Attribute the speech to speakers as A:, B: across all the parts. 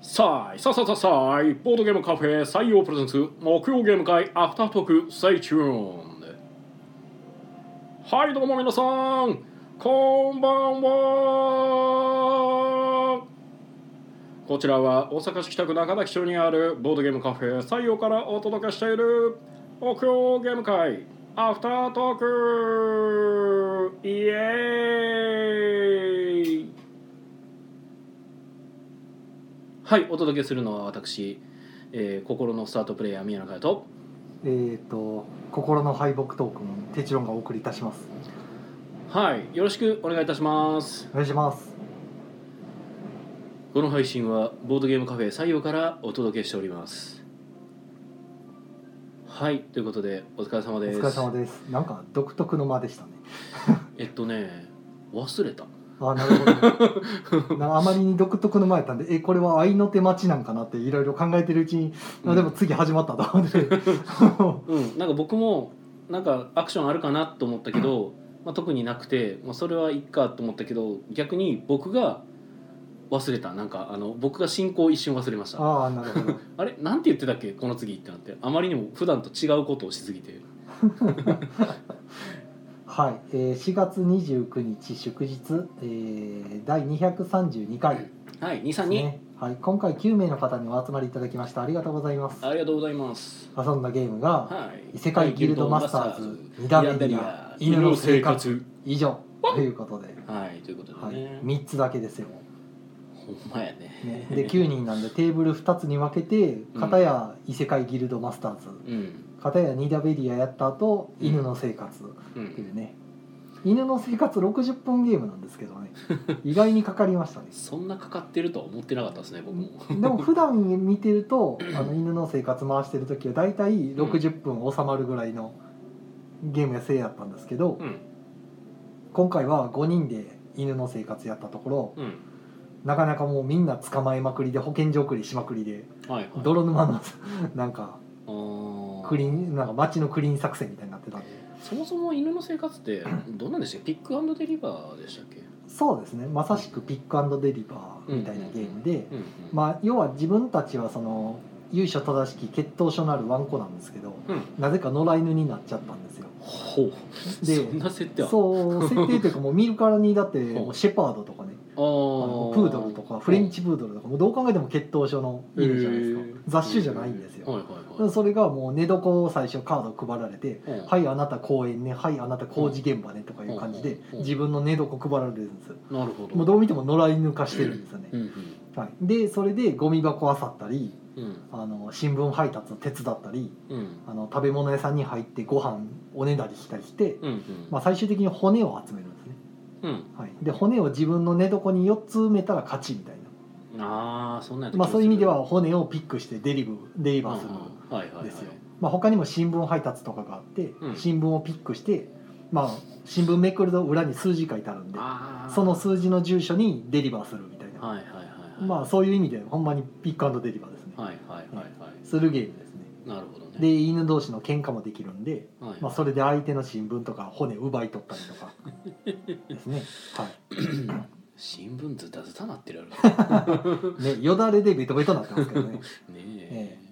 A: さあ、さあさあさあさあ、ボードゲームカフェ採用プレゼンツ、木曜ゲーム会アフタートーク、Stay tuned。はい、どうも皆さん、こんばんは。こちらは大阪市北区中崎町にあるボードゲームカフェ採用からお届けしている木曜ゲーム会アフタートークイエーイはい、お届けするのは私、えー心のスタートプレイヤー宮野佳代と
B: えっ、と心の敗北トークンテチロンがお送りいたします
A: はい、よろしくお願いいたします
B: お願いします
A: この配信はボードゲームカフェ採用からお届けしておりますはい、ということでお疲れ様
B: お
A: です
B: 疲れ様ですなんか独特の間でしたね
A: えっとね忘れた
B: あなるほ どなんかあまりに独特の間やったんでえこれは愛の手待ちなんかなっていろいろ考えてるうちに、
A: う
B: あ
A: ん
B: でも次始まったと 思って
A: うんなんか僕もなんかアクションあるかなと思ったけど、まあ、特になくて、まあ、それはいっかと思ったけど逆に僕が忘れたなんかあの僕が進行を一瞬忘れましたあ
B: ああなるほど
A: れなんて言ってたっけこの次ってなってあまりにも普段と違うことをしすぎて
B: はい、えー、4月29日祝日、えー、第232回
A: はい
B: です
A: 232、
B: ねはい、今回9名の方にお集まりいただきましたありがとうございます
A: ありがとうございます
B: 遊んだゲームが、
A: はい
B: 異世界ギルドマスターズ二段目には犬の生活以上ということで、
A: はいということ
B: は
A: でね、
B: い、3つだけですよ、
A: ほんまやね
B: ね、で9人なんでテーブル2つに分けて片や異世界ギルドマスターズ
A: うん
B: 片やニダベリアやった後
A: うん
B: 犬の生活
A: う
B: ってい
A: ん
B: うね犬の生活60分ゲームなんですけどね意外にかかりましたね
A: そんなかかってるとは思ってなかったですね僕も
B: でも普段見てるとあの犬の生活回してる時は大体60分収まるぐらいのゲームやせいやったんですけど、
A: うん
B: 今回は5人で犬の生活やったところ
A: うん
B: なかなかもうみんな捕まえまくりで保健所送りしまくりで
A: はいはい
B: 泥沼の なんか
A: あー
B: クリーンなんか街のクリーン作戦みたいになってたんで
A: そもそも犬の生活ってどんなんでしたっけピックアンドデリバーでしたっけ、
B: そうですねまさしくピックアンドデリバーみたいなゲームで
A: うんうん、
B: まあ要は自分たちはその由緒正しき血統書のあるワンコなんですけど
A: うん
B: なぜか野良犬になっちゃったんですよ
A: ほう
B: で
A: そんな設定あ
B: そう設定というかもう見るからにだってもうシェパードとかね
A: あ
B: あ
A: の
B: のプードルとかフレンチプードルとかもうどう考えても血統症の犬じゃないですか、雑種じゃないんです
A: は
B: よ、
A: いはいはい
B: それがもう寝床を最初カード配られて
A: うん
B: 「はいあなた公園ねはいあなた工事現場ね」とかいう感じで
A: うん
B: 自分の寝床配られるんですよ
A: なるほど
B: もうどう見ても野良犬化してるんですよね
A: う、ん
B: はい、でそれでゴミ箱あさったり
A: うんうん
B: あの新聞配達を手伝ったり
A: うん
B: あの食べ物屋さんに入ってご飯おねだりしたりして、
A: うん
B: まあ、最終的に骨を集めるんですね、
A: うん
B: はい、で骨を自分の寝床に4つ埋めたら勝ちみたいな
A: うんああそんなんやった気が
B: まあ、
A: する
B: そういう意味では骨をピックしてデリブデリバーするん
A: うんはいはいはい
B: ですよ、まあ、他にも新聞配達とかがあって、
A: うん
B: 新聞をピックして、まあ、新聞めくると裏に数字書いてあるんで
A: あー
B: その数字の住所にデリバーするみたいな、
A: はいはいはいはい
B: まあ、そういう意味でほんまにピックアンドデリバーですね、
A: はいはいはいは
B: するゲームですね
A: いなるほどね
B: で犬同士の喧嘩もできるんで、
A: はい
B: まあ、それで相手の新聞とか骨奪い取ったりとかで すね,、は
A: 新聞図だずたなってるやろ
B: い、ねよだれでベトベトなってますけどね
A: ね
B: え
A: え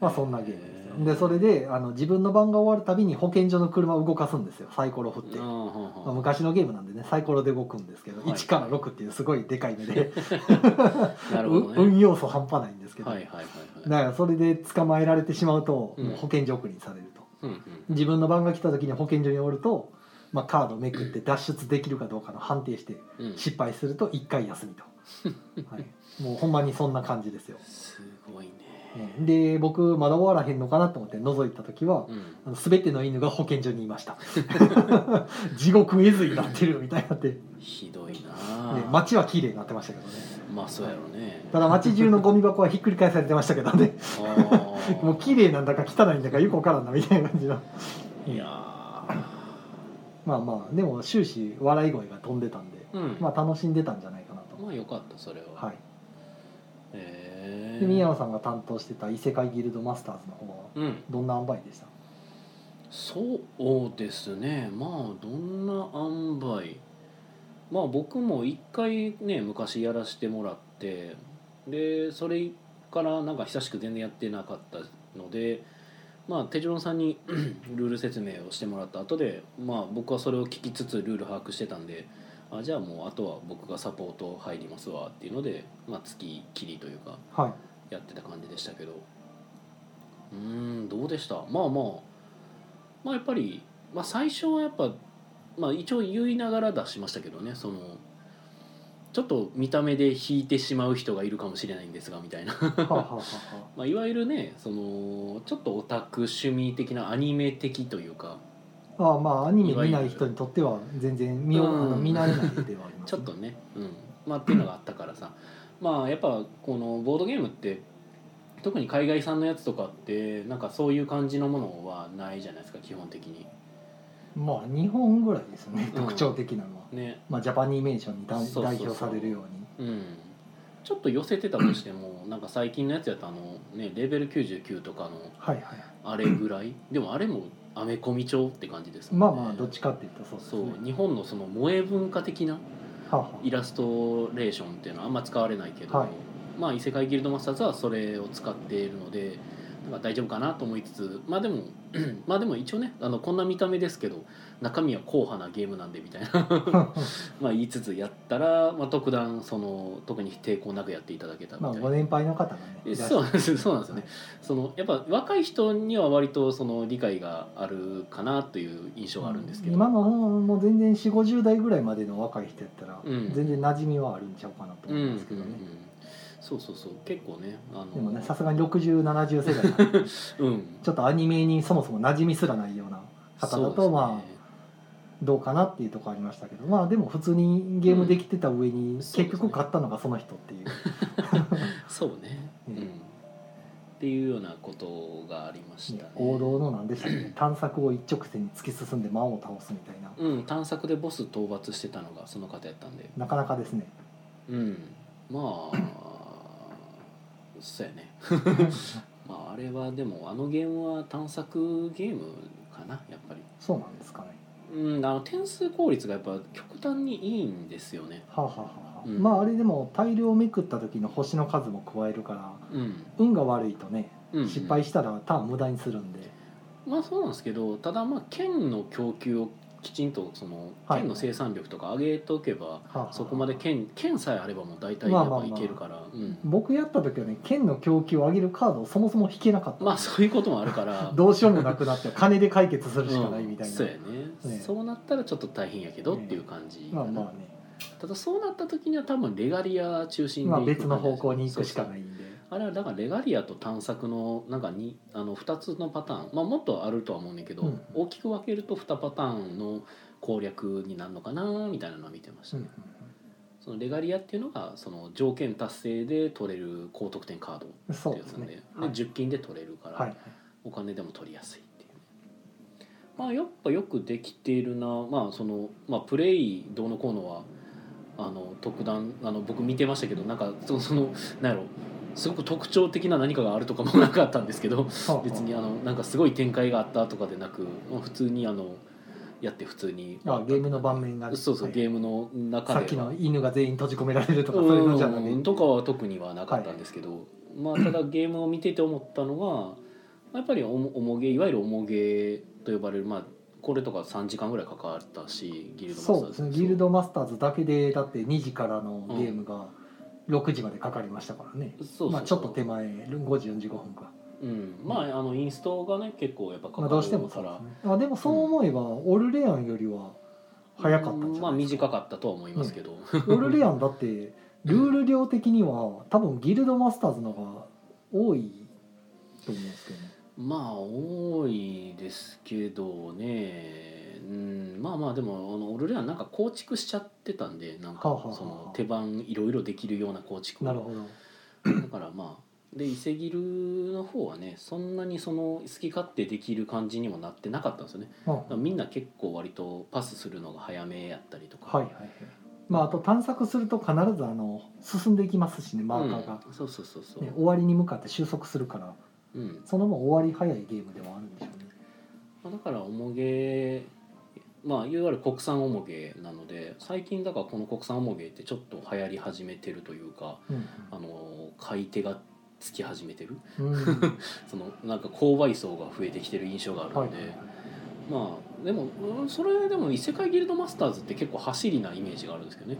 B: まあそんなゲームですよ
A: へー
B: でそれであの自分の番が終わるたびに保健所の車を動かすんですよサイコロ振って、
A: あーは
B: ま
A: んはん
B: あ、昔のゲームなんでねサイコロで動くんですけど、
A: はい
B: 1から6っていうすごいでかい目で、
A: なるほど
B: う
A: ね
B: 運要素半端ないんですけど、
A: はいはいはいはい。
B: だからそれで捕まえられてしまうと、
A: うん
B: もう保健所送りにされると
A: うんうん
B: 自分の番が来た時に保健所におると、まあ、カードめくって脱出できるかどうかの判定して
A: うん。
B: 失敗すると1回休み と、はい、もうほんまにそんな感じですよ
A: すごいね。
B: ええで僕まだ終わらへんのかなと思って覗いた時は、
A: うん。
B: あの全ての犬が保健所にいました 地獄絵図になってるみたいになって、ね、
A: ひどいな。
B: 街は綺麗になってましたけどね
A: まあそうやろね。
B: ただ街中のゴミ箱はひっくり返されてましたけどね
A: あー
B: もう綺麗なんだか汚いんだかよくわからんなみたいな感じの
A: いやー。
B: まあまあでも終始笑い声が飛んでたんで
A: うん。
B: まあ楽しんでたんじゃないかなと
A: まあよかったそれは。
B: はい
A: ええ。
B: で宮野さんが担当してた異世界ギルドマスターズの方は
A: うん。
B: どんな塩梅でした
A: そうですね。まあどんな塩梅。まあ僕も一回ね昔やらせてもらって。でそれからなんか久しく全然やってなかったのでまあ手順さんに ルール説明をしてもらった後でまあ僕はそれを聞きつつルール把握してたんであじゃあもうあとは僕がサポート入りますわっていうので、まあ、月切りというか
B: はい
A: やってた感じでしたけどうーんどうでしたまあまあまあやっぱり、まあ、最初はやっぱ、まあ、一応言いながら出しましたけどねそのちょっと見た目で引いてしまう人がいるかもしれないんですがみたいな
B: はあはあはあは
A: まあいわゆるねそのちょっとオタク趣味的なアニメ的というか
B: あああまあアニメ見ない人にとっては全然見ようあの
A: うん
B: 見慣れない絵ではあります、ね、
A: ちょっとね、うん、まあっていうのがあったからさまあやっぱこのボードゲームって特に海外産のやつとかってなんかそういう感じのものはないじゃないですか基本的に
B: まあ日本ぐらいですね
A: うん
B: 特徴的なのは、
A: ね
B: まあ、ジャパニーメーションに代
A: そうそうそう
B: 代表されるように
A: うんちょっと寄せてたとしても なんか最近のやつやとあのねレベル99とかの
B: はいはいはい
A: あれぐらいでもあれもアメコミ調って感じですもんね
B: まあまあどっちかっていうとそうです
A: そ
B: ね
A: う日本のその萌え文化的な
B: はあは
A: イラストレーションっていうのはあんま使われないけど、
B: はい
A: まあ異世界ギルドマスターズはそれを使っているのでなんか大丈夫かなと思いつつまあでも まあでも一応ねあのこんな見た目ですけど中身は硬派なゲームなんで みたいな
B: あ
A: まあ言いつつやったら、まあ、特段その特に抵抗なくやっていただけたみ
B: ま
A: たい
B: あ
A: な。
B: ご年配の方がね
A: えそう
B: い
A: なんですそうなん
B: らっ
A: です
B: し
A: よねそ
B: ゃる、
A: のやっぱ若い人には割とその理解があるかなという印象があるんですけど、
B: 今のもう全然4 5 0代ぐらいまでの若い人やったら、
A: うん
B: 全然馴染みはあるんちゃうかなと
A: うんう
B: 思うん
A: んう
B: ですけどね、
A: ん、そうそうそう結構ねあの
B: でもねさすがに6070世代な んで
A: うん
B: ちょっとアニメにそもそも馴染みすらないような方だと、まあどうかなっていうところありましたけどまあでも普通にゲームできてた上に、
A: そうですね
B: 結局買ったのがその人っ ていう
A: あそうですねそう
B: うん
A: ね、うん、っていうようなことがありましたね
B: 王道の何でしたっけ探索を一直線に突き進んで魔王を倒すみたいな、
A: うん探索でボス討伐してたのがその方やったんで
B: なかなかですね
A: うんまあそうや ねまああれはでもあのゲームは探索ゲームかなやっぱり
B: そうなんですかね
A: うんあの点数効率がやっぱ極端にいいんですよね
B: はあ、はあはあ
A: うん
B: まああれでも大量めくった時の星の数も加えるから
A: うん、
B: 運が悪いとね
A: うん、
B: 失敗したらターン無駄にするんで、
A: まあそうなんですけどただまあ剣の供給をきちんとその
B: はい
A: 剣の生産力とか上げとけば、
B: はあはあ
A: そこまで剣剣さえあればもう大体やっぱいけるから、うん
B: 僕やった時はね剣の供給を上げるカードをそもそも引けなかった、
A: まあそういうこともあるから
B: どうしようもなくなって金で解決するしかないみたい
A: うん
B: な、
A: そうやね
B: ね
A: そうなったらちょっと大変やけどっていう感じ、
B: まあまあね
A: ただそうなった時には多分レガリア中心で
B: まあ
A: 行く
B: 別の方向に行くしか
A: そう
B: な
A: そう
B: いんで
A: あれはだからレガリアと探索のなんかにあの2つのパターン、まあ、もっとあるとは思うねんだけど、
B: うん
A: 大きく分けると2パターンの攻略になるのかなみたいなのは見てました
B: うん
A: ね、そのレガリアっていうのがその条件達成で取れる高得点カード
B: うんそ
A: っ
B: う
A: て
B: で
A: やつ
B: す
A: なん
B: ね
A: でで
B: はい、
A: 10金で取れるから、
B: はい
A: お金でも取りやすいっていうねまあやっぱよくできているなまあその、まあ、プレイどうのこうのはあの特段あの僕見てましたけどなんかそのそのなんやろすごく特徴的な何かがあるとかもなかったんですけ ど
B: はあ
A: 別にあのなんかすごい展開があったとかでなく、まあ、普通にあのやって普通に
B: あゲームの盤面が
A: そうそう、
B: はい
A: ゲームの中で
B: さ
A: は
B: っきの犬が全員閉じ込められるとかそういうのじゃな
A: うん
B: い
A: とかは特にはなかったんですけど、まあただゲームを見てて思ったのがやっぱりおも重げいわゆる重げと呼ばれるまあこれとか3時間ぐらいかかったしギルドマスターズ
B: そうですねギルドマスターズだけでだって2時からのゲームが6時までかかりましたからね、
A: そうそうそう
B: まあ、ちょっと手前5時45分か、
A: うんまああのインストがね結構やっぱかか
B: まあ、
A: る
B: どうしても
A: か
B: そうで
A: ら
B: すねあでもそう思えば、オルレアンよりは早かったんじゃ
A: まあ
B: ないですか、
A: 短かったとは思いますけど、
B: オルレアンだってルール量的には多分ギルドマスターズの方が多いと思うんですけどね
A: まあ多いですけどね、うん、まあまあでもあの俺らなんか構築しちゃってたんでなんか
B: はあはあはあ
A: その手番いろいろできるような構築を
B: なるほど
A: だからまあで伊勢ギルの方はねそんなにその好き勝手できる感じにもなってなかったんですよねだから
B: うん
A: みんな結構割とパスするのが早めやったりとか
B: はいはいはいまああと探索すると必ずあの進んでいきますしねマーカーが、
A: うんそうそうそうそう、
B: ね、終わりに向かって収束するから
A: うん
B: その分終わり早いゲームではあるんでしょうね
A: まあ、だから重げまあいわゆる国産重げなので最近だからこの国産重げってちょっと流行り始めてるというか
B: うんうん
A: あの買い手がつき始めてる
B: うん
A: そのなんか購買層が増えてきてる印象がある
B: は
A: ん
B: い
A: で、まあでもうんそれでも異世界ギルドマスターズって結構走りなイメージがあるんですけどね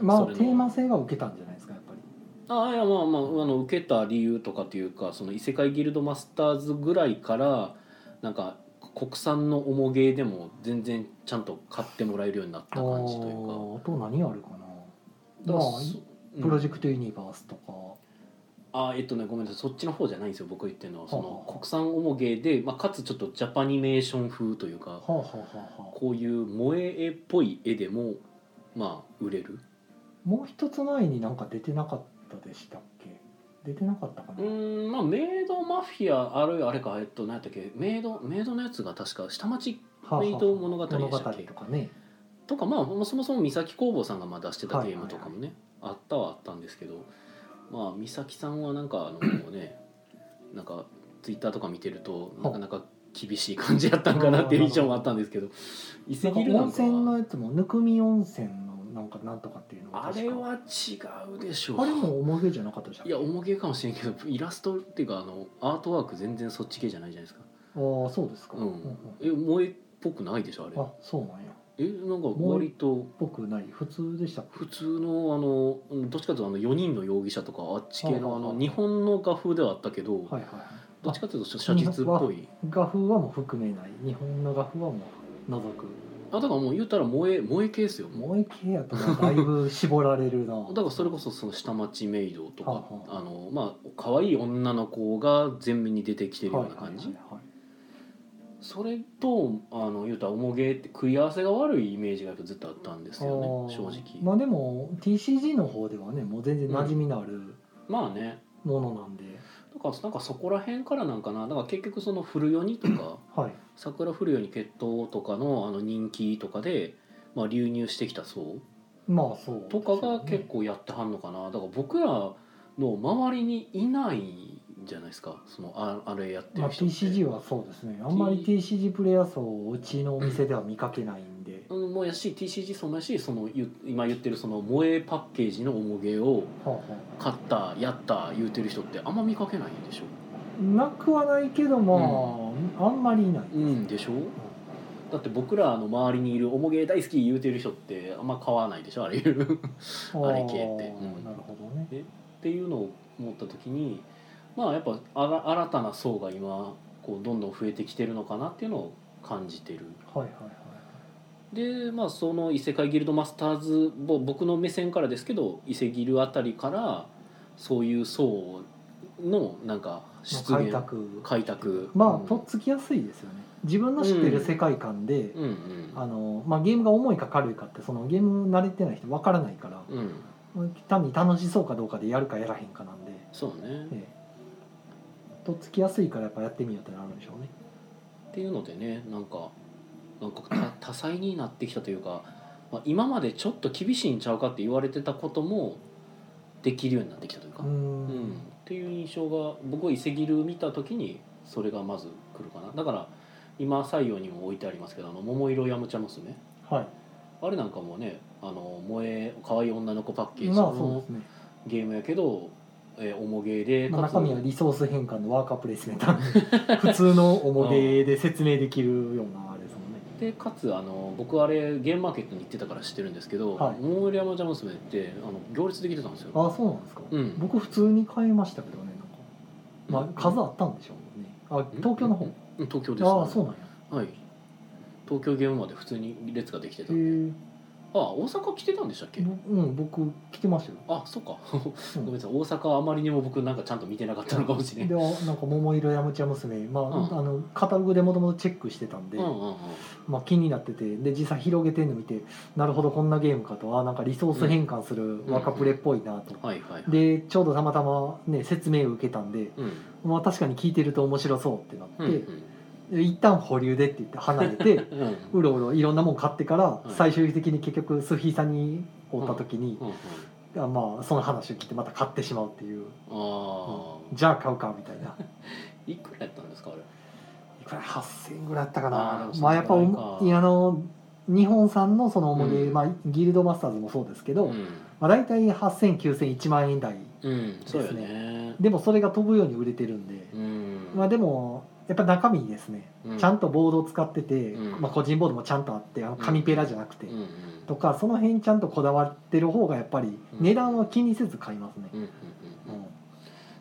B: まあ
A: それの
B: テーマ性が受けたんじゃないですかやっぱり
A: ああいやまあまああの受けた理由とかというかその異世界ギルドマスターズぐらいからなんか国産の重ゲーでも全然ちゃんと買ってもらえるようになった感じという
B: あ
A: か
B: ーあと何あるかな
A: だか
B: まあ
A: らそうん
B: プロジェクトユニバースとか
A: あえっとねごめんなさいそっちの方じゃないんですよ僕が言ってるのはそ
B: は
A: の
B: あはあ
A: 国産重芸で、まあ、かつちょっとジャパニメーション風というか
B: はあはあはあはあ
A: こういう萌え絵っぽい絵でもまあ売れる
B: もう一つ前になんか出てなかったでしたっけ出てなかったか
A: う
B: な、
A: ーんまあメイドマフィアあるいはあれかえっと何やったっけメイドメイドのやつが確か下町
B: は
A: メイド物語で
B: 物
A: した
B: 語
A: っけ
B: とかね
A: とかまあそもそも三崎工房さんがまあ出してたゲームとかもね、あったはあったんですけどまあ三崎さんはなんかあのねなんかツイッターとか見てるとな
B: は
A: か
B: あ
A: なか厳しい感じやったんかなっていう印象もあったんですけど伊
B: な
A: 勢
B: んか
A: ギルな
B: 温
A: んか
B: 泉
A: は
B: のやつもぬくみ温泉のなんかなんとかっていうのが
A: あ
B: 確
A: れ
B: か
A: は違うでしょう
B: あれも重げじゃなかったじゃん
A: いや重げかもしれんけどイラストっていうかあのアートワーク全然そっち系じゃないじゃないですか
B: ああそうですか、
A: う
B: うん
A: んえ萌えっぽくないでしょあれ
B: うんあそうなんや
A: えなんか割と
B: 僕ない普通でしたっけ
A: 普通のあのうんどっちかというとあの4人の容疑者とかあっち系のあ
B: はあは
A: の
B: あ
A: 日本の画風ではあったけど、
B: はいはい
A: どっちかというと写実っぽい
B: 画風はもう含めない日本の画風はもう除く
A: あだからもう言うたら萌え萌え系ですよもう
B: 萌え系やとなだいぶ絞られる な
A: だからそれこそその下町メイドとか、
B: はあは
A: あのまあ可愛い女の子が前面に出てきてるような感じ、
B: はいはいはい
A: それとあの言うたら重げって食い合わせが悪いイメージがやっぱずっとあったんですよね
B: はい
A: 正
B: あー
A: 直
B: まあでも TCG の方ではねもう全然馴染みのある
A: まあね
B: ものなんで、
A: だからなんかそこら辺からなんかなだから結局その古世にとか
B: はい
A: 桜降るように決闘とかのあの人気とかで、まあ、流入してきた層
B: まあそう
A: とかが結構やってはんのかな、だから僕らの周りにいないんじゃないですかそのああれやって
B: ま
A: る
B: あ、
A: 人って、
B: TCG はそうですねあんまり TCG プレイヤー層をうちのお店では見かけないんで、
A: うん、もうやし TCG そうやしそのゆ今言ってるその萌えパッケージの重げを
B: はあは
A: 買ったやった言うてる人ってあんま見かけないでしょ
B: あ、なくはないけども、あんまりいない、
A: うんでしょだって僕らの周りにいる重げ大好き言うてる人ってあんま買わないでしょあれあれ系ってうん
B: なるほどね
A: っていうのを思った時にまあやっぱあら新たな層が今こうどんどん増えてきてるのかなっていうのを感じてる
B: はいはいはい
A: でまあその異世界ギルドマスターズぼ僕の目線からですけど異世ギルあたりからそういう層のなんか
B: ま
A: 出
B: あ開
A: 現
B: 拓
A: 開拓
B: まあ、
A: うん
B: とっつきやすいですよね自分の知ってる世界観で、
A: うんうん
B: あのまあ、ゲームが重いか軽いかってそのゲーム慣れてない人わからないから、
A: うん
B: 単に楽しそうかどうかでやるかやらへんかなんで、
A: そうね
B: ええとっつきやすいからやっぱやってみようってなるんでしょうね
A: っていうのでねなんかなんかた多彩になってきたというか、まあ、今までちょっと厳しいんちゃうかって言われてたこともできるようになってきたというか、
B: うーん
A: うんっていう印象が僕は伊勢ギル見た時にそれがまず来るかなだから今採用にも置いてありますけど「あの桃色やむ茶娘
B: はい」
A: あれなんかもねあの萌え可愛い女の子パッケージ
B: まあそう
A: の
B: ですね、
A: ゲームやけど、えー、重ゲーで
B: まあ、
A: かつ
B: 中身はリソース変換のワーカープレイスメント 普通の重げで説明できるようなあれですもんね
A: でかつあの僕あれゲームマーケットに行ってたから知ってるんですけど、
B: はい
A: 桃色山茶娘ってあの行列できてたんですよ
B: ああそうなんですか、
A: うん
B: 僕普通に買いましたけどねなんか、まあ、数あったんでしょうねあ東京の方
A: うん東京です、
B: ああそうなんや
A: はい東京ゲームまで普通に列ができてた
B: へえ
A: んであ大阪来てたんでしたっけ、
B: ぼうん僕来てましたよ、
A: あそっか
B: う
A: ご
B: ん
A: めんなさい大阪あまりにも僕なんかちゃんと見てなかったのかもしれない
B: でなんか「桃色やむちゃ娘」まあ,、
A: うん
B: あのカタログでもともとチェックしてたんで、
A: うんうんうん
B: まあ、気になっててで実際広げてんの見てなるほどこんなゲームかとあなんかリソース変換する
A: うん
B: 若プレっぽいなと、
A: はいはいはい
B: でちょうどたまたまね説明を受けたんで、
A: うん
B: まあ、確かに聞いてると面白そうってなって、
A: うん
B: で一旦保留でって言って離れて
A: うんうん
B: うろうろいろんなもん買ってから
A: い
B: 最終的に結局スフィーさんにおった時に
A: う、んうん
B: あまあ、その話を聞いてまた買ってしまうっていう、
A: あ
B: じゃあ買うかみたいな。
A: ーいくらやったんですかあれ
B: いくら8000円ぐらいあったか
A: あーで
B: な
A: もそん
B: ま
A: な
B: あやっぱ
A: ぐ
B: お
A: らい
B: い
A: か
B: やあの日本産のその重げ、
A: うん
B: まあ、ギルドマスターズもそうですけど、
A: うん
B: まあ、大体80009000万円台
A: うんそうよ
B: で
A: ね
B: でもそれが飛ぶように売れてるんで、
A: うん
B: まあ、でもやっぱ中身ですね、
A: うん
B: ちゃんとボードを使ってて、
A: うん
B: まあ、個人ボードもちゃんとあってあの紙ペラじゃなくて、
A: うんうん
B: とかその辺ちゃんとこだわってる方がやっぱり
A: うん
B: 値段は気にせず買いますね
A: う、んうんうんうん
B: うん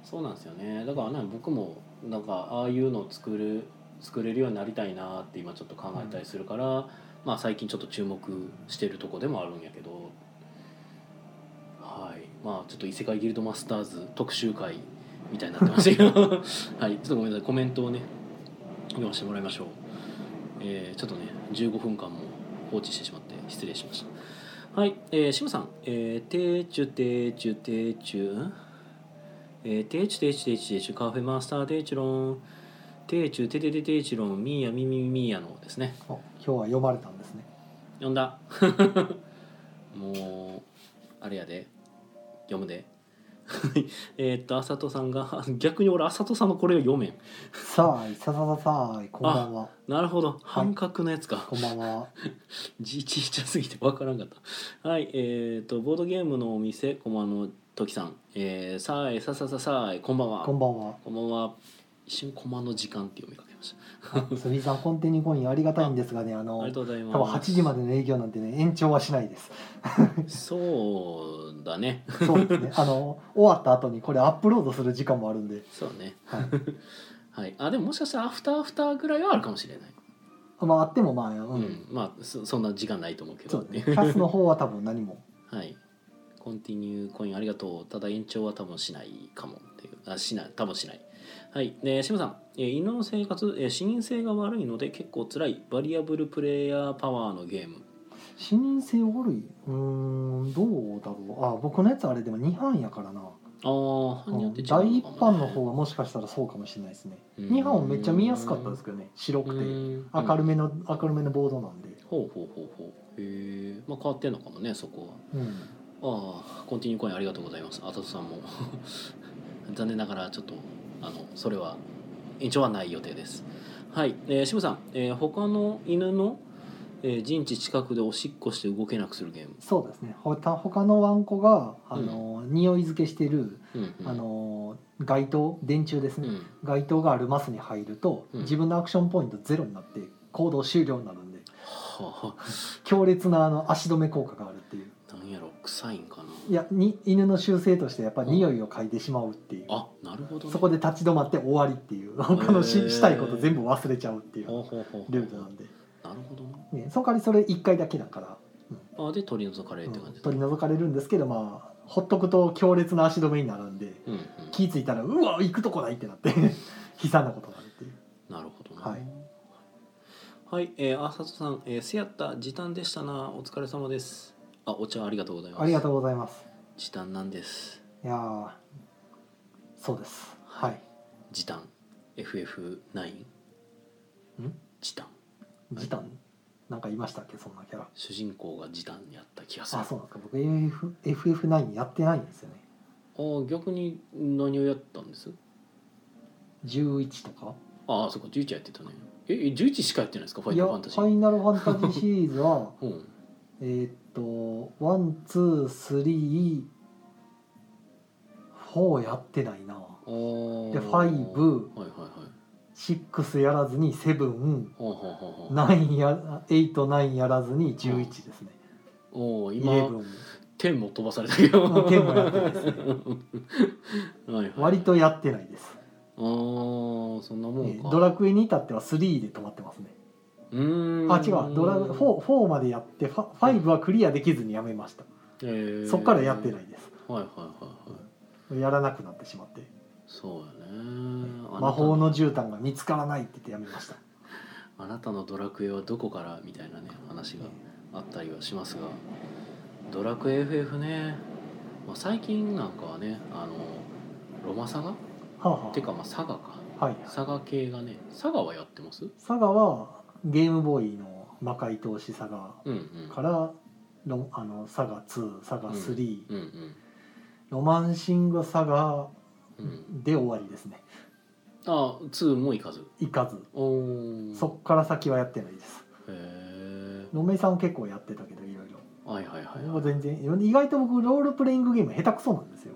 A: そうなんですよねだからね僕もなんかああいうのを作る作れるようになりたいなって今ちょっと考えたりするから、まあ最近ちょっと注目してるとこでもあるんやけどはいまあちょっと異世界ギルドマスターズ特集会みたいになってましたけどはいちょっとごめんなさいコメントをね読ませてもらいましょうえーちょっとね15分間も放置してしまって失礼しましたはいえー、シムさん「えー、てーちゅてーちゅてーちゅ」んえー、てーちゅてーちゅてーちゅてーちゅカフェマスターてーちゅろんてーちゅててててーちゅろんみーやみみみみーやのですね
B: お今日は読まれたんですね
A: 読んだ もうあれやで読むで えーっとあさとさんが逆に俺あさとさんのこれを読めん
B: さあいささささあいこんばんは
A: なるほど半角のやつか、
B: こんばんは
A: じちいちゃすぎてわからんかったはいえー、とボードゲームのお店駒の時さんえー、さあえささささあえこんばんは
B: こんばんは
A: こんばんは一瞬駒の時間って読みかけました
B: すみさんコンティニューコインありがたいんですがねあ
A: あ
B: の
A: りがとうございます
B: 多分8時までの営業なんてね延長はしないです
A: そうだね
B: そうですねあの終わった後にこれアップロードする時間もあるんで、
A: そうね
B: はい
A: はいあでももしかしたらアフターアフターぐらいはあるかもしれない
B: まああってもまあ、うん
A: うん、まあそそんな時間ないと思うけ
B: そ
A: ど
B: うですねキャスの方は多分何も
A: はいコンティニューコインありがとうただ延長は多分しないかもっていうあしない多分しないはいね志麻さん、えー犬の生活、えー、視認性が悪いので結構辛いバリアブルプレイヤーパワーのゲーム
B: 視認性悪いうーんどうだろうあ僕のやつあれでも2班やからな、
A: ああ
B: う
A: によ
B: ん
A: って違う
B: 第一
A: のかも
B: 班
A: ね
B: の方はもしかしたらそうかもしれないですね
A: うん
B: 2班はめっちゃ見やすかったですけどね白
A: う
B: くて
A: ん
B: 明るめの明るめのボードなんで、
A: ほうほうほうほうへえまあ変わってんのかもねそこは
B: うん、
A: ああコンティニューコインありがとうございますあたとさんも 残念ながらちょっとあのそれは延長はない予定ですはい、えー、渋さん、えー他の犬の、えー陣地近くでおしっこして動けなくするゲーム、
B: そうですねほた他のワンコがあの、匂い付けしてる
A: うんうん、
B: あの街灯電柱です
A: う
B: ね、
A: ん
B: 街灯があるマスに入ると、
A: うん
B: 自分のアクションポイントゼロになって行動終了になるんで
A: は
B: 強烈なあの足止め効果があるっていう
A: あなんやろ臭いんかない
B: やに犬の習性としてやっぱ
A: うん
B: り匂いを嗅いでしまうっていう、
A: あなるほど、ね、
B: そこで立ち止まって終わりっていう他の
A: へー
B: ししたいこと全部忘れちゃうっていう
A: ほうほうほう
B: ルールなんで、
A: なるほどな
B: ね、その代わりそれ1回だけだから、
A: あで取り除かれる
B: うん
A: って感じだ、
B: 取り除かれるんですけどまあほっとくと強烈な足止めになるんで
A: うんうん、
B: 気付いたらうわ行くとこないってなって 悲惨なことになるっていう。
A: なるほどな。
B: はい。
A: はい、えー、あさとさん、えー、せやった時短でしたな。お疲れ様です。あ、お茶ありがとうございます。
B: ありがと
A: う。
B: うございます。
A: 時短なんです。
B: いやーそうです。はい。
A: 時短。FF9。
B: ん
A: 時短。
B: 時短なんかいましたっけそんなキャラ。
A: 主人公が時短やった気がする。
B: あ、そうなんですか。僕 FF FF9 やってないんですよね。
A: あ逆に何をやったんです
B: 11とか。
A: ああ、そっか、11やってたね。え、え11しかやってないですかファイ
B: い
A: ナ
B: や、
A: ル
B: フ
A: ファンタジ
B: ァ
A: ー。
B: イナルファンタジーシリーズ は
A: うん。
B: えーっとワンツースリーフォーやってないな。
A: あー
B: で5
A: はいはいはい。
B: 6やらずに7、
A: ほうほうほうほう
B: 9や8、9やらずに11ですね。
A: おお今
B: 11も
A: 天も飛ばされたけど
B: 天もやってないですね
A: はいはい
B: 割とやってないです。
A: あーそんなもん
B: え
A: か
B: ードラクエに至っては3で止まってますね
A: うーん
B: あ違うドラ4 4までやってファ5はクリアできずにやめました
A: えー
B: そっからやってないです
A: はいはいはいはい
B: やらなくなってしまって
A: そうやね
B: 魔法の絨毯が見つからないって言ってやめました
A: あなたのドラクエはどこからみたいなね話があったりはしますがドラクエ FF ね、まあ、最近なんかはねあのロマサガ
B: はあは
A: てかまあサガか
B: あはい
A: サガ系がねサガはやってます
B: 佐賀はゲームボーイの魔界投資佐賀
A: うんうん
B: からロンあの佐賀2佐賀3、
A: うんうん
B: ロマンシング佐賀
A: うん
B: で終わりですね
A: あ2も行かず
B: 行かず
A: おお
B: そっから先はやってないです
A: へえ
B: ロメイさん結構やってたけどいろいろ
A: あはいはいはい
B: も
A: は
B: う
A: い
B: 全然意外と僕ロールプレイングゲーム下手くそなんですよ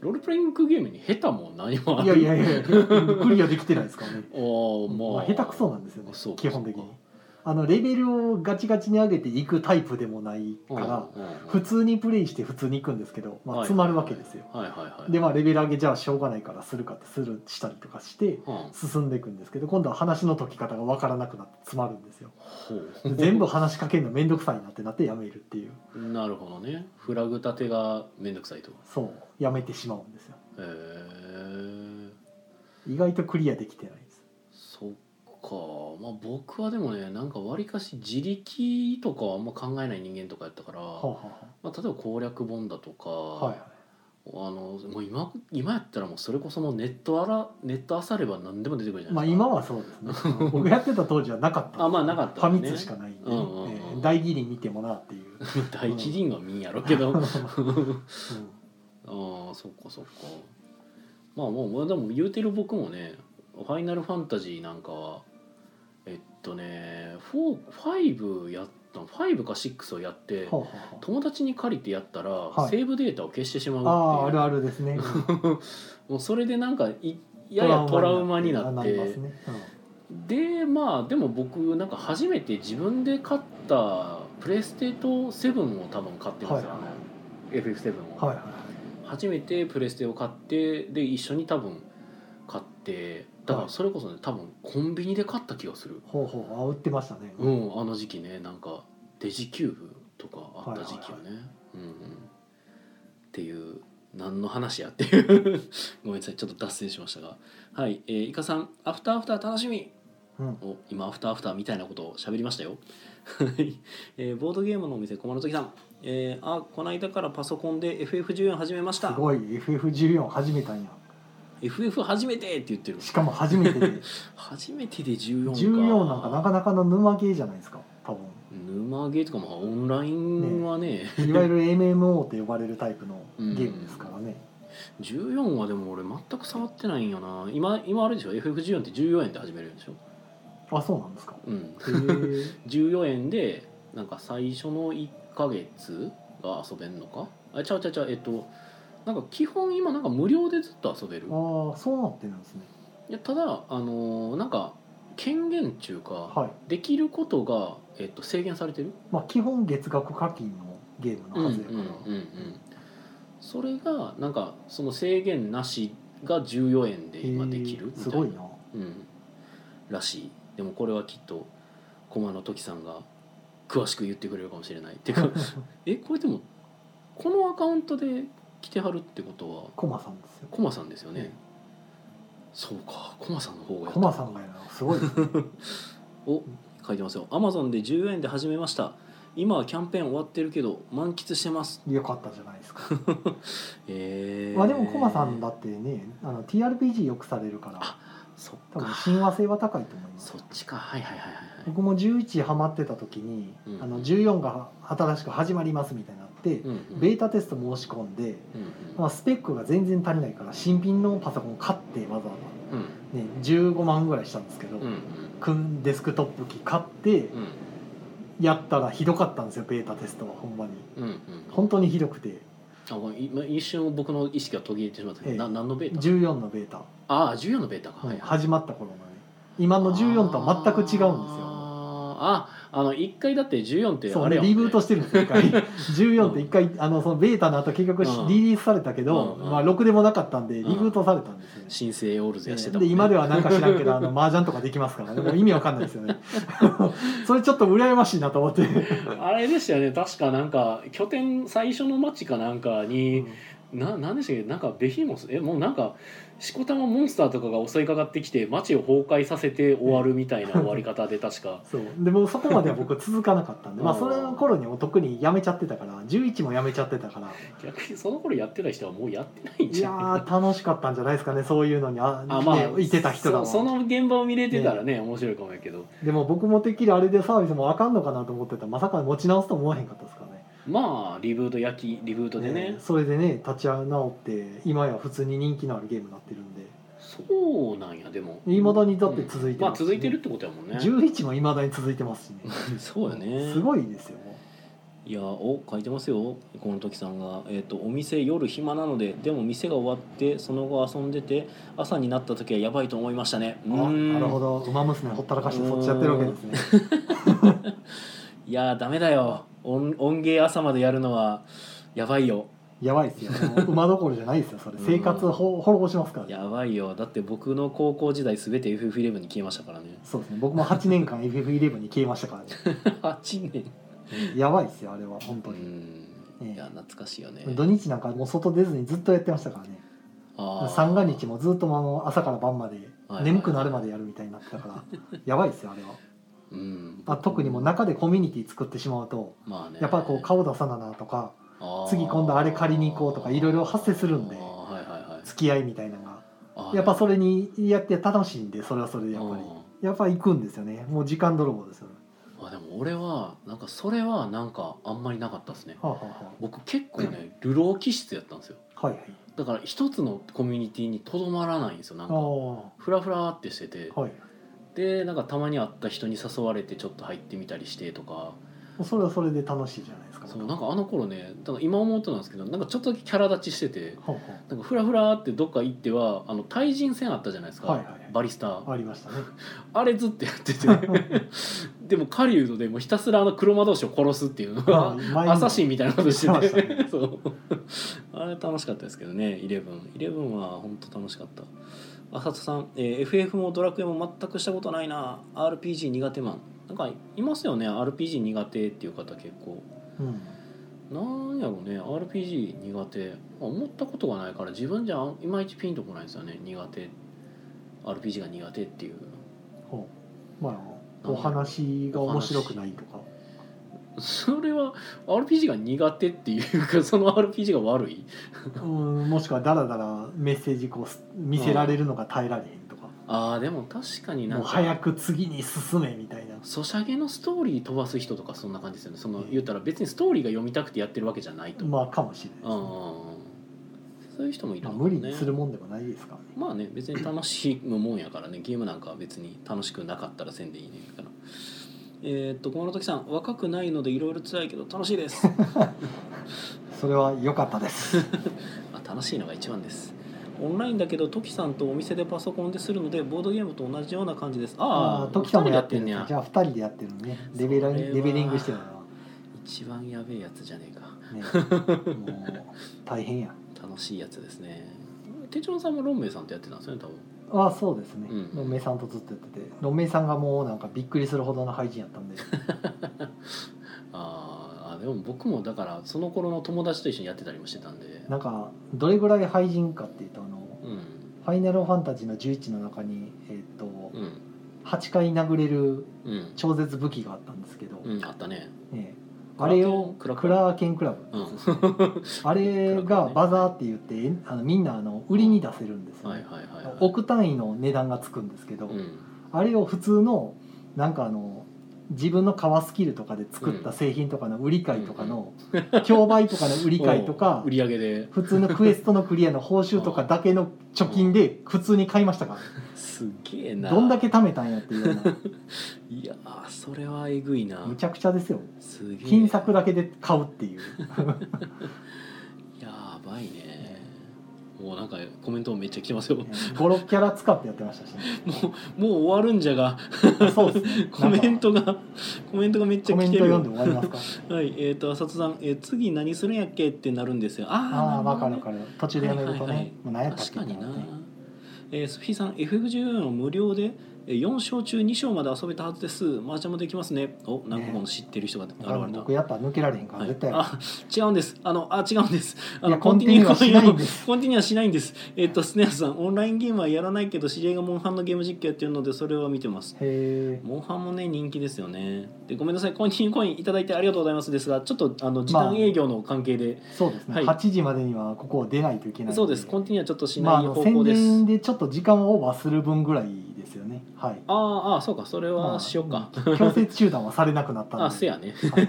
A: ロールプレイングゲームに下手も何もあ
B: いやい
A: る
B: やいやいやクリアできてないですからね
A: おーま
B: ま
A: あ
B: あ、下手くそなんですよね
A: そうか
B: 基本的に
A: そうか
B: あのレベルをガチガチに上げていくタイプでもないから、
A: うんうんうん
B: 普通にプレイして普通に行くんですけど、まあ、
A: はい
B: 詰まるわけですよ、
A: はいはいはい
B: でまあレベル上げじゃあしょうがないからするかってするしたりとかして
A: はあ
B: 進んでいくんですけど今度は話の解き方が分からなくなって詰まるんですよ
A: ほ う
B: 全部話しかけるの面倒くさいなってなってやめるっていう
A: なるほどねフラグ立てがめんどくさいと
B: そうやめてしまうんですよ
A: へえ
B: 意外とクリアできてないです
A: そっかまあ僕はでもねなんかわりかし自力とかはあんま考えない人間とかやったから、
B: はあ、は
A: まあ、例えば攻略本だとか、
B: あはあ、はいはい
A: あのもう今今やったらもうそれこそもうネットあらネットあされば何でも出てくるじゃ
B: ま
A: な
B: あ
A: いですか、
B: 今はそうです ね僕やってた当時はなかった
A: あまあなかった
B: フ
A: ね
B: ァミ通しかないんでね、
A: うんうんうん
B: えー大義に見てもなっていう、
A: 大吉人は見んやろうけど あ
B: うん
A: あそっかそっかまあもうまあでも言うてる僕もね「ファイナルファンタジー」なんかはえっとね4 5やった5か6をやって
B: はあはあは
A: 友達に借りてやったら、
B: はい
A: セーブデータを消してしまうって
B: あああ
A: いう
B: るあるです ね
A: もうそれでなんかいややトラウマになって
B: りますね、
A: でまあでも僕なんか初めて自分で買ったプレステと7を多分買ってますよ、
B: は
A: あ
B: い
A: の FF7
B: う
A: を、
B: んはいはい
A: 初めてプレステを買ってで一緒に多分買ってだからそれこそね多分コンビニで買った気がする
B: ほうほうあ売ってましたね、
A: うんあの時期ねなんかデジキューブとかあった時期よね、うんうんっていう何の話やっていう ごめんなさいちょっと脱線しましたがはいえー、イカさん「アフターアフター楽しみ!」
B: うん
A: お今アフターアフターみたいなことを喋りましたよ、はいえーボードゲームのお店駒の時さん、えー、あこの間からパソコンで FF14 始めまし
B: す
A: た
B: ごい FF14 初めたんや
A: FF 初めてって言ってる
B: しかも 初めてで
A: 初めてで14か
B: 14なんかなかなかの沼ゲーじゃないですか多分
A: 沼ゲーとかもオンラインはね
B: いわゆる MMO と呼ばれるタイ プのゲームですからね、
A: 14はでも俺全く触ってないんよな今今あれでしょ FF14 って14円で始めれるんでしょ
B: あそうなんですか
A: うん
B: へえ
A: 14円でなんか最初の1ヶ月が遊べんのかあちゃうちゃうちゃうえっとなんか基本今なんか無料でずっと遊べる
B: ああそうなってるんですね
A: いやただあのーなんか権限っていうか
B: はい
A: できることが、えっと、制限されてる
B: まあ基本月額課金のゲームのはずやから、
A: うんうんうんうん、それがなんかその制限なしが14円で今できるみた
B: へえ
A: いな
B: すごいな
A: うん、らしいでもこれはきっと駒野時さんが詳しく言ってくれるかもしれない てかえこれでもこのアカウントで来てはるってことは
B: コマさんですよ
A: 駒さんですよね、
B: うん
A: そうか駒さんの方がやっ
B: コマさんがやなすごいで すね
A: お書いてますよ「アマゾンで10円で始めました今はキャンペーン終わってるけど満喫してます
B: よかったじゃないですか」
A: えー、
B: まあでもコマさんだってねあの TRPG よくされるから
A: あそっ
B: 多分
A: か
B: 親和性は高いと思います
A: そっちかはいはいはいはいはい
B: 僕も11ハマってた時に、
A: うん
B: あの14が新しく始まりますみたいになって、
A: うんうん
B: ベータテスト申し込んで、
A: うん
B: まあ、スペックが全然足りないから新品のパソコン買ってわざわ
A: うん
B: ざ、ね、15万ぐらいしたんですけど、
A: うんうん
B: くんデスクトップ機買って
A: うん
B: やったらひどかったんですよベータテストはほんまに
A: うんうん
B: 本当にひどくて
A: あごめん今一瞬僕の意識が途切れてしまったけど、
B: ええ
A: な何のベータ
B: 14のベータ、
A: ああ14のベータか、はいはい、
B: 始まった頃のね今の14とは全く違うんですよ
A: あーああの一回だって14って
B: そう
A: あれ
B: ね、
A: やもん、ね、
B: リブートしてるんですよ一回14って
A: うん
B: 一回、あのそのベータの後結局
A: うん
B: リリースされたけど、
A: うんうん
B: まあ、ろくでもなかったんでリ
A: ん
B: ブートされたんですよね、
A: 新生オールズやしてた
B: で今で
A: は
B: はなんか知らんけどあの麻雀とかできますからねもう意味わかんないですよねそれちょっと羨ましいなと思って、
A: あれでしたよね確かなんか拠点最初の町かなんかに、ななんでしたっけなんかベヒモスえもうなんかしこたまモンスターとかが襲いかかってきて町を崩壊させて終わるみたいな終わり方で確か
B: そうでもうそこまでは僕続かなかったんで、まあ、
A: うん
B: それの頃にもう特にやめちゃってたから11もやめちゃってたから
A: 逆にその頃やってた人はもうやってないん
B: い
A: じ
B: や
A: ゃない
B: ー楽しかったんじゃないですかねそういうのにあ、
A: あまあ、
B: ね、いてた人らは
A: そその現場を見れてたらね面白いかもやけど
B: でも僕もてっきりあれでサービスもあかんのかなと思ってたらまさか持ち直すと思わへんかったですからね
A: まあリブート焼きリブートでね
B: えーそれでね立ち直って今や普通に人気のあるゲームになってるんで
A: そうなんやでも
B: いまだにだって続いてますし
A: まあ
B: ね
A: 続いてるってことやもんね
B: 11もいまだに続いてますしね
A: そうやね
B: すごいですよも
A: いやーお書いてますよこの時さんが、えーと「お店夜暇なのででも店が終わってその後遊んでて朝になった時はやばいと思いましたね」うー
B: あ
A: ん
B: なるほど馬娘ほったらかしてそっちやってるわけですね
A: いやーダメだよ音音芸朝までやるのはやばいよ
B: やばいですよもう馬どころじゃないですよそれ生活をほ滅ぼしますからね
A: やばいよだって僕の高校時代全て FF11 に消えましたから ね
B: そうですね僕も8年間 FF11 に消えましたからね
A: 8年
B: やばいですよあれは本
A: う
B: 当に、
A: んいや懐かしいよね
B: 土日なんかもう外出ずにずっとやってましたからね
A: あー
B: 三が日もずっともう朝から晩まで
A: はいはい
B: 眠くなるまでやるみたいになってたから やばいですよあれは、
A: うん
B: まあ、特にもう中でコミュニティ作ってしまうと
A: まあね
B: やっぱこう顔出さななとか
A: あー
B: 次今度あれ借りに行こうとかいろいろ発生するんで
A: あーはいはいはい
B: 付き合いみたいなのが
A: あー
B: やっぱそれにやって楽しいんでそれはそれでやっぱ
A: うん
B: りやっぱ行くんですよねもう時間泥棒ですよ、
A: あでも俺はなんかそれはなんかあんまりなかったですね
B: はあ、はあは
A: 僕結構ね流浪気質やったんですよ
B: あ、はいはい
A: だから一つのコミュニティにとどまらないんですよなん
B: あ
A: か
B: あ
A: フラフラってしてて
B: はい
A: でなんかたまに会った人に誘われてちょっと入ってみたりしてとか
B: それはそれで楽しいじゃないですか
A: そうなんかあの頃ねだから今思うとなんですけどなんかちょっとだけキャラ立ちしてて
B: は
A: なんかフラフラってどっか行ってはあの対人戦あったじゃないです
B: あ
A: か、
B: はあはいはいはい
A: バリスタ
B: ありまし たね
A: あれずっとやって てでも狩人でもうひたすらあの黒魔同士を殺すっていうのがアサシンみたいなことして
B: してま
A: て、
B: したね
A: そう あれ楽しかったですけどね1111は本当楽しかった浅田さん、えー FF もドラクエも全くしたことないな RPG 苦手マンなんかいますよね RPG 苦手っていう方結構
B: うん
A: なんやろうね RPG 苦手思ったことがないから自分じゃいまいちピンとこないんですよね苦手 RPG が苦手っていう
B: ほうまあお話が面白くないとか
A: それは RPG が苦手っていうかその RPG が悪い
B: うんもしくはダラダラメッセージこうす見せられるのが耐えられへんとか、
A: あーでも確かにな
B: も
A: ん
B: う
A: か
B: 早く次に進めみたいな
A: ソシャゲのストーリー飛ばす人とかそんな感じですよねその
B: うん
A: 言ったら別にストーリーが読みたくてやってるわけじゃないと、
B: まあかもしれ
A: う
B: なんい
A: う
B: です
A: ん
B: ね、
A: うんそういう人もいる
B: まあ、
A: の
B: 無理
A: ね
B: にするもんでもないですからね
A: まあね別に楽しむもんやからねゲームなんかは別に楽しくなかったらせんでいいねんからえーっと小室時さん若くないのでいろいろ辛いけど楽しいです
B: それは良かったです
A: まあ楽しいのが一番ですオンラインだけどトキさんとお店でパソコンでするのでボードゲームと同じような感じです あ
B: あ
A: あ
B: あ時さんもやってる
A: ん
B: ん
A: ね
B: ですね
A: や
B: じゃあ2人でやってるのねレベル
A: それは
B: レベリングしてるの
A: 一番やべえやつじゃねえか
B: はねもう大変や
A: 楽しいやつですね手帳さんもロンメイさんとやってたんですよね多分
B: ああそうですね
A: うん
B: ロンメイさんとずっとやっててロンメイさんがもうなんかびっくりするほどの配信やったんで
A: あーあでも僕もだからその頃の友達と一緒にやってたりもしてたんで
B: なんかどれぐらい配信かっていうとあの
A: うん
B: ファイナルファンタジーの11の中に、えー、と
A: うん
B: 8回殴れる
A: うん
B: 超絶武器があったんですけど、
A: うんあったね
B: ええあれを
A: クラ
B: ク
A: クラ
B: ラーケンクラブってやつですね、
A: クラ
B: あれ
A: クラ
B: が
A: ね
B: バザーって言ってえあのみんなあの売りに出せるんですよ、
A: はい
B: ね
A: はいはいはい
B: 億単位の値段がつくんですけど、
A: うん
B: あれを普通のなんかあの自分の革スキルとかで作った製品とかの売り買いとかの、競売とかの売り買いとか
A: お売り上げで
B: 普通のクエストのクリアの報酬とかだけの貯金で普通に買いましたから
A: すげえな
B: どんだけ貯めたんやっていうようない
A: やーそれはえぐいな
B: むちゃくちゃですよ
A: すげえ
B: 金策だけで買うっていう
A: やばいねもうなんかコメントもめっちゃ来てますよも
B: 56キャラ使ってやってまし たし、ね、
A: うもう終わるんじゃが
B: そうですね
A: コメン
B: なんか
A: トがコメントがめっちゃ
B: コメ
A: 来
B: ン
A: て
B: ト
A: る
B: 読んで終わりますか
A: はい、えっ、と、浅田さん、えー次何するんやっけってなるんですよ。
B: ああ
A: ああ、
B: 分かる
A: な
B: 分
A: ほ
B: かる途中でやめるとね、
A: はいはいはい
B: もう何やったっ
A: 確
B: け
A: か
B: みた
A: に
B: い
A: な
B: なね。
A: えー、スフィーさん、F14 を無料で、えー、4章中2章まで遊べたはずです。マーチャンもできますね。お、なんかこの知ってる人が現れ
B: だ
A: た。
B: から僕やったら抜けられへんから、
A: はい
B: 絶対やる
A: あ違うんですあのあ違うんですあ
B: い
A: の
B: やコンティニューはしないん
A: コンティニューは
B: で す
A: コンティニューはしないんですえっ、とスネアさんオンラインゲームはやらないけど知り合いがモンハンのゲーム実況やってるのでそれは見てます
B: へえ
A: モンハンもね人気ですよねでごめんなさいコンティニューコインいただいてありがとうございますですがちょっとあの時
B: まあ
A: 短営業の関係で、
B: そうですね、
A: はい
B: 8時までにはここを出ないといけないん
A: そうですコンティニューはちょっとし
B: ま
A: な
B: ああ
A: い
B: の
A: 方
B: 宣
A: 向です、
B: 伝でちょっと時間をオーバーする分ぐらいですよねはい
A: ああああそうかそれ
B: ま
A: は
B: あ
A: しようか、
B: 強制中断はされなくなったんで
A: あせやね
B: はい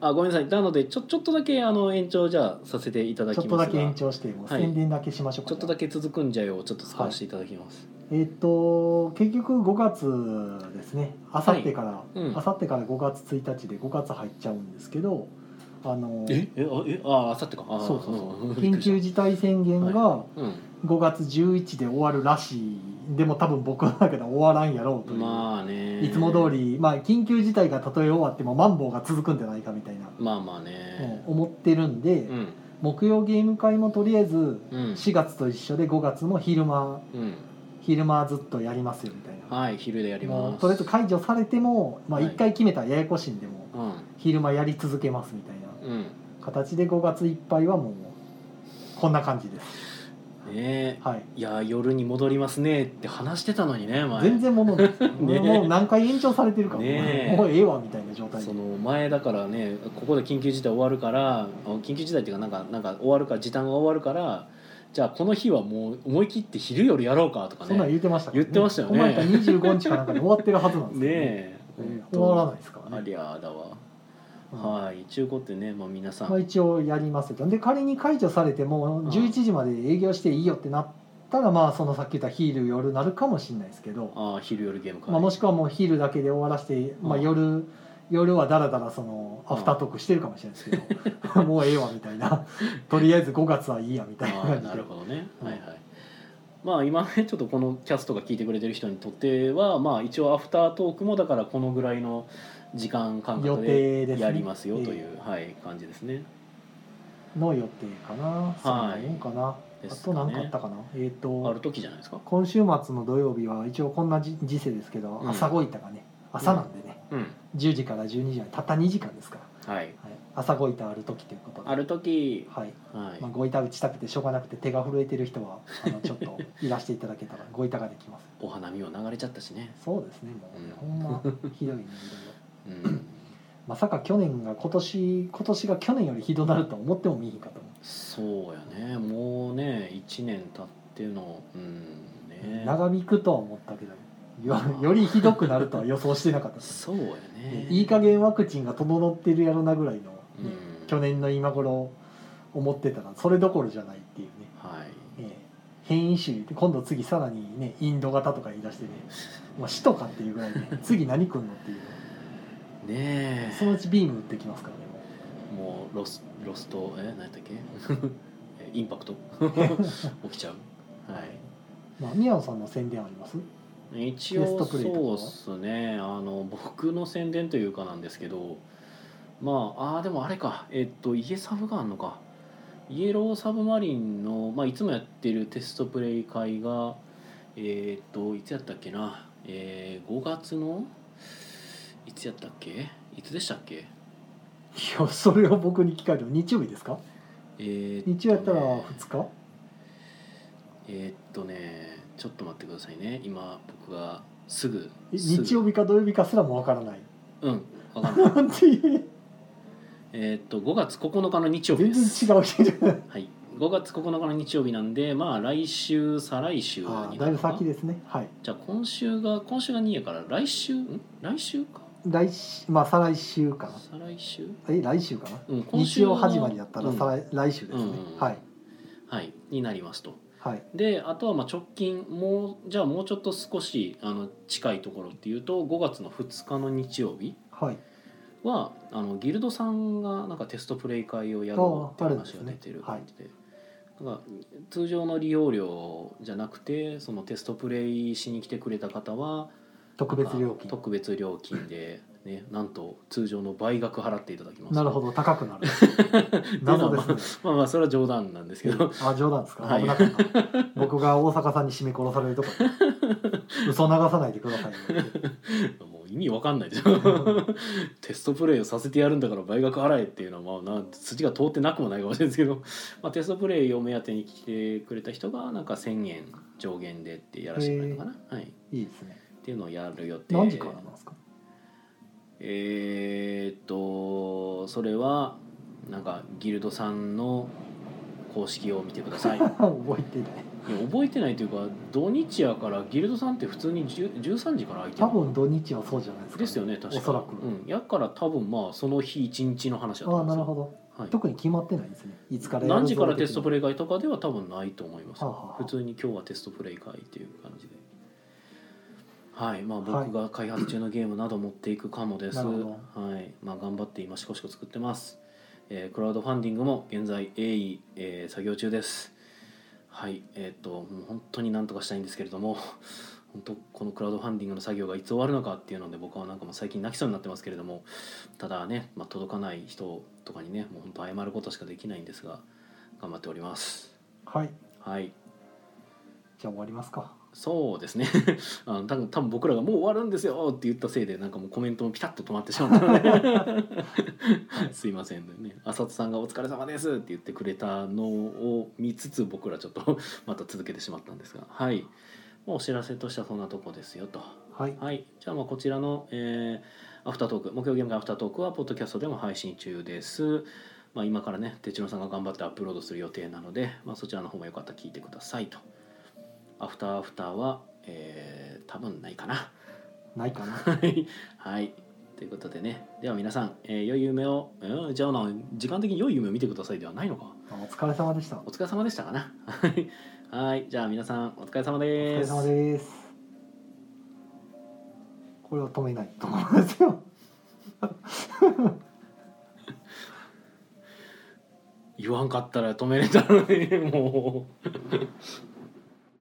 A: あごめんなさいなのでちょちょっとだけあの延長じゃあさせていただ
B: ちょ
A: き
B: っと
A: ま
B: だ
A: す
B: け
A: が
B: 延長してもう
A: はい
B: 宣伝だけしましょうか、
A: ちょっとだけ続くんじゃよをちょっと使わせていただきます、
B: えーっと結局5月ですねあさってから、
A: うん
B: あさってから5月1日で5月入っちゃうんですけどあの
A: ええあえああさってかあー
B: そうそうそ
A: ん
B: う 緊急事態宣言が
A: うん
B: 5月11で終わるらしいでも多分僕の中では終わらんやろうという、
A: まあね
B: いつも通り、まあ、緊急事態がたとえ終わってもマンボウが続くんじゃないかみたいな、
A: まあまあ
B: うん
A: ね
B: 思ってるんで、
A: うん
B: 木曜ゲーム会もとりあえず
A: うん
B: 4月と一緒で5月も昼間
A: うん
B: 昼間ずっとやりますよみたいな、
A: はい昼でやり
B: も
A: ま
B: う
A: す
B: とりあえず解除されても、まあ、
A: はい
B: 1回決めたらややこしいんでも、
A: うん
B: 昼間やり続けますみたいな
A: うん
B: 形で5月いっぱいはもうこんな感じです
A: ねえ
B: はい
A: いやー夜に戻りますねって話してたのにね前
B: 全然もので す、
A: ね
B: もう何回延長されてるかも、
A: ねえ
B: もうええわみたいな状態で
A: その前だからねここで緊急事態終わるからあ緊急事態っていうかなんかなんか終わるから時短が終わるからじゃあこの日はもう思い切って昼夜やろうかとか
B: そんなん
A: ね
B: 言ってましたから
A: 言ってましたよね
B: この間25日かなんかで終わってるはずなんで す
A: ね
B: よ
A: え
B: うん終
A: ほんと
B: わらないですから
A: あ
B: ね、
A: りゃあだわ、
B: うん
A: はい中古ってね、まあ、皆さん、
B: まあ、一応やりますとで仮に解除されても11時まで営業していいよってなったら、まあそのさっき言った昼夜なるかもしれないですけど、
A: ああ昼夜ゲーム会、
B: まあ、もしくはもう昼だけで終わらせて、まあ、
A: うん
B: 夜夜はだらだらその
A: うん
B: アフタートークしてるかもしれないですけど もうええわみたい なとりあえず5月はいいやみたいな
A: ああ
B: 感じ
A: な
B: で
A: るほどね、
B: うん
A: はいはいまあ今ねちょっとこのキャストが聞いてくれてる人にとってはまあ一応アフタートークもだからこのぐらいの時間間
B: 予
A: 隔で
B: 定ですね
A: やりますよという、はい感じですね
B: の予定かな、
A: はい
B: そんなもんかな
A: で
B: あ
A: す
B: と
A: かね
B: 何かあったかなえっ、
A: あ
B: と
A: る時じゃないですか
B: 今週末の土曜日は一応こんなじ時世ですけど、
A: うん
B: 朝ごいたがね朝なんでね、
A: うん
B: 10時から12時までたった2時間ですから、
A: はい
B: はい、朝ごいたある時ということで
A: ある時
B: はい
A: はい、
B: まあ、ごいた打ちたくてしょうがなくて手が震えてる人はあ のちょっといらしていただけたらごいたができます
A: お花見も流れちゃったしね
B: そうですねもうね、ほんまひどいねいろいろ
A: うん
B: まさか去年が今年今年が去年よりひどなるとは思ってもみいひんかと思う
A: そうやねもうね1年経ってのうんね
B: 長引くとは思ったけどよよりひどくなるとは予想してなかったで す
A: そうやね
B: いい加減ワクチンが整ってるやろなぐらいのね、
A: うん
B: 去年の今頃思ってたらそれどころじゃないっていうね、
A: はい
B: ええ変異種って今度次さらにねインド型とか言い 出してねもう死とかっていうぐらいね次何来んのっていう
A: ねえ
B: そのうちビーム打ってきますからね
A: も
B: も
A: うロスロストえ何やったっ けえインパクト起きちゃうは
B: う、まあ、宮野さんの宣伝あります
A: い一
B: クエス
A: 応
B: トプレイとか
A: そう
B: は
A: っすねあの僕の宣伝というかなんですけどまああーでもあれかえっと家サブがあんのかイエローサブマリンの、まあ、いつもやってるテストプレイ会がえーっといつやったっけな、えー、5月のいつやったっけいつでしたっけ
B: いやそれを僕に聞かれても日曜日ですか
A: えーっとね
B: 日曜やったら2日
A: えーっとねちょっと待ってくださいね今僕がすぐ
B: え
A: すぐ
B: 日曜日か土曜日かすらもわから ない
A: うんわかんない
B: なんていう
A: えーっと5月9日の日曜日
B: 全
A: で
B: 然違う
A: す
B: 人じゃない
A: はい5月9日の日曜日なんでまあ来週再来週にな
B: あ
A: る
B: ー
A: のか
B: だいぶ先ですねはい
A: じゃあ今週が今週が2やから来週ん来週か
B: 来週まあ再来週かな
A: 再来週
B: え来週かな
A: うん今
B: 日
A: 週
B: 曜
A: の
B: 始まりだったら
A: うん
B: 再来,、来週ですね、
A: うん
B: はい
A: はいになりますと
B: はい
A: であとはまあ直近もうじゃあもうちょっと少しあの近いところっていうと5月の2日の日曜日
B: はい
A: はあのギルドさんがなんかテストプレイ会をやろうって話が出てる
B: あああ
A: 感
B: るんで
A: じでなんか通常の利用料じゃなくてそのテストプレイしに来てくれた方は
B: 特別料
A: あ
B: 金
A: 特別料金で、ね、 なんと通常の倍額払っていただきます
B: なるほ
A: ど
B: ど高 くなる
A: まあ
B: 謎
A: まあ
B: です
A: まあまあそれは冗談なんですけ
B: ね
A: ど
B: あ冗談ですか、
A: はい
B: 危なかった僕が大阪さんに締め殺されるとか 嘘流さないでくださいよ
A: もう意味わかんないでしょテストプレイをさせてやるんだから倍額払えっていうのはまあな筋が通ってなくもないかもしれないですけど、 まあ、テストプレイを目当てに来てくれた人がなんか1,000円上限でってやらせてくれるのかな、はい、っ
B: いいですね
A: ていうのをやる予定
B: 何時からなんですか、
A: えーっとそれはなんかギルドさんの公式を見てくだ さいいや
B: 覚えてない
A: 覚えてないというか土日やからギルドさんって普通に10 13時から開いて
B: 多
A: る
B: 分土日はそうじゃないですか、
A: ですよね確か
B: おそらく
A: うん、やから多分まあその日一日の話だと
B: あ
A: 思
B: あ
A: います
B: なる
A: よ
B: ほど
A: はい、
B: 特に決まってないですねいつからやる
A: 何時からテストプレ
B: レ
A: イ会とかでは多分ないと思います、
B: はあはあは
A: 普
B: あ
A: 通に今日はテストプレイ会っていう感じではいまあ僕が開発中のゲームなど持っていくかもです、
B: な
A: は
B: る
A: い
B: ほ
A: まあ、頑張って今しこしこ作ってますえークラウドファンディングも現在鋭意、えー作業中ですはいえっ、ともう本当になんとかしたいんですけれども 本当このクラウドファンディングの作業がいつ終わるのかっていうので僕はなんかもう最近泣きそうになってますけれどもただね、まあ、届かない人とかにねもう本当謝ることしかできないんですが頑張っております
B: はい
A: はい
B: じゃあ終わりますか
A: そうですね あの多分多分僕らがもう終わるんですよって言ったせいでなんかもうコメントもピタッと止まってしまったので すいませんね浅田さんが「お疲れ様です」って言ってくれたのを見つつ僕らちょっと また続けてしまったんですがはい、まあ、お知らせとしてはそんなとこですよと
B: はい
A: はいじゃあまあこちらの、えーアフタートーク木曜ゲーム会アフタートークはポッドキャストでも配信中ですまあ今からね哲郎さんが頑張ってアップロードする予定なので、まあ、そちらの方もよかったら聞いてくださいとアフターアフターは、えー多分ないかな
B: ないかな
A: はいはいということでねでは皆さん、えー良い夢を、えーじゃあな時間的に良い夢を見てくださいではないのか
B: お疲れ様でした
A: お疲れ様でしたかな はいはいじゃあ皆さんお疲れ様
B: お疲
A: で
B: れ
A: す
B: 様ですこれを止めないと思いますよ
A: 言わんかったら止めれたのにもう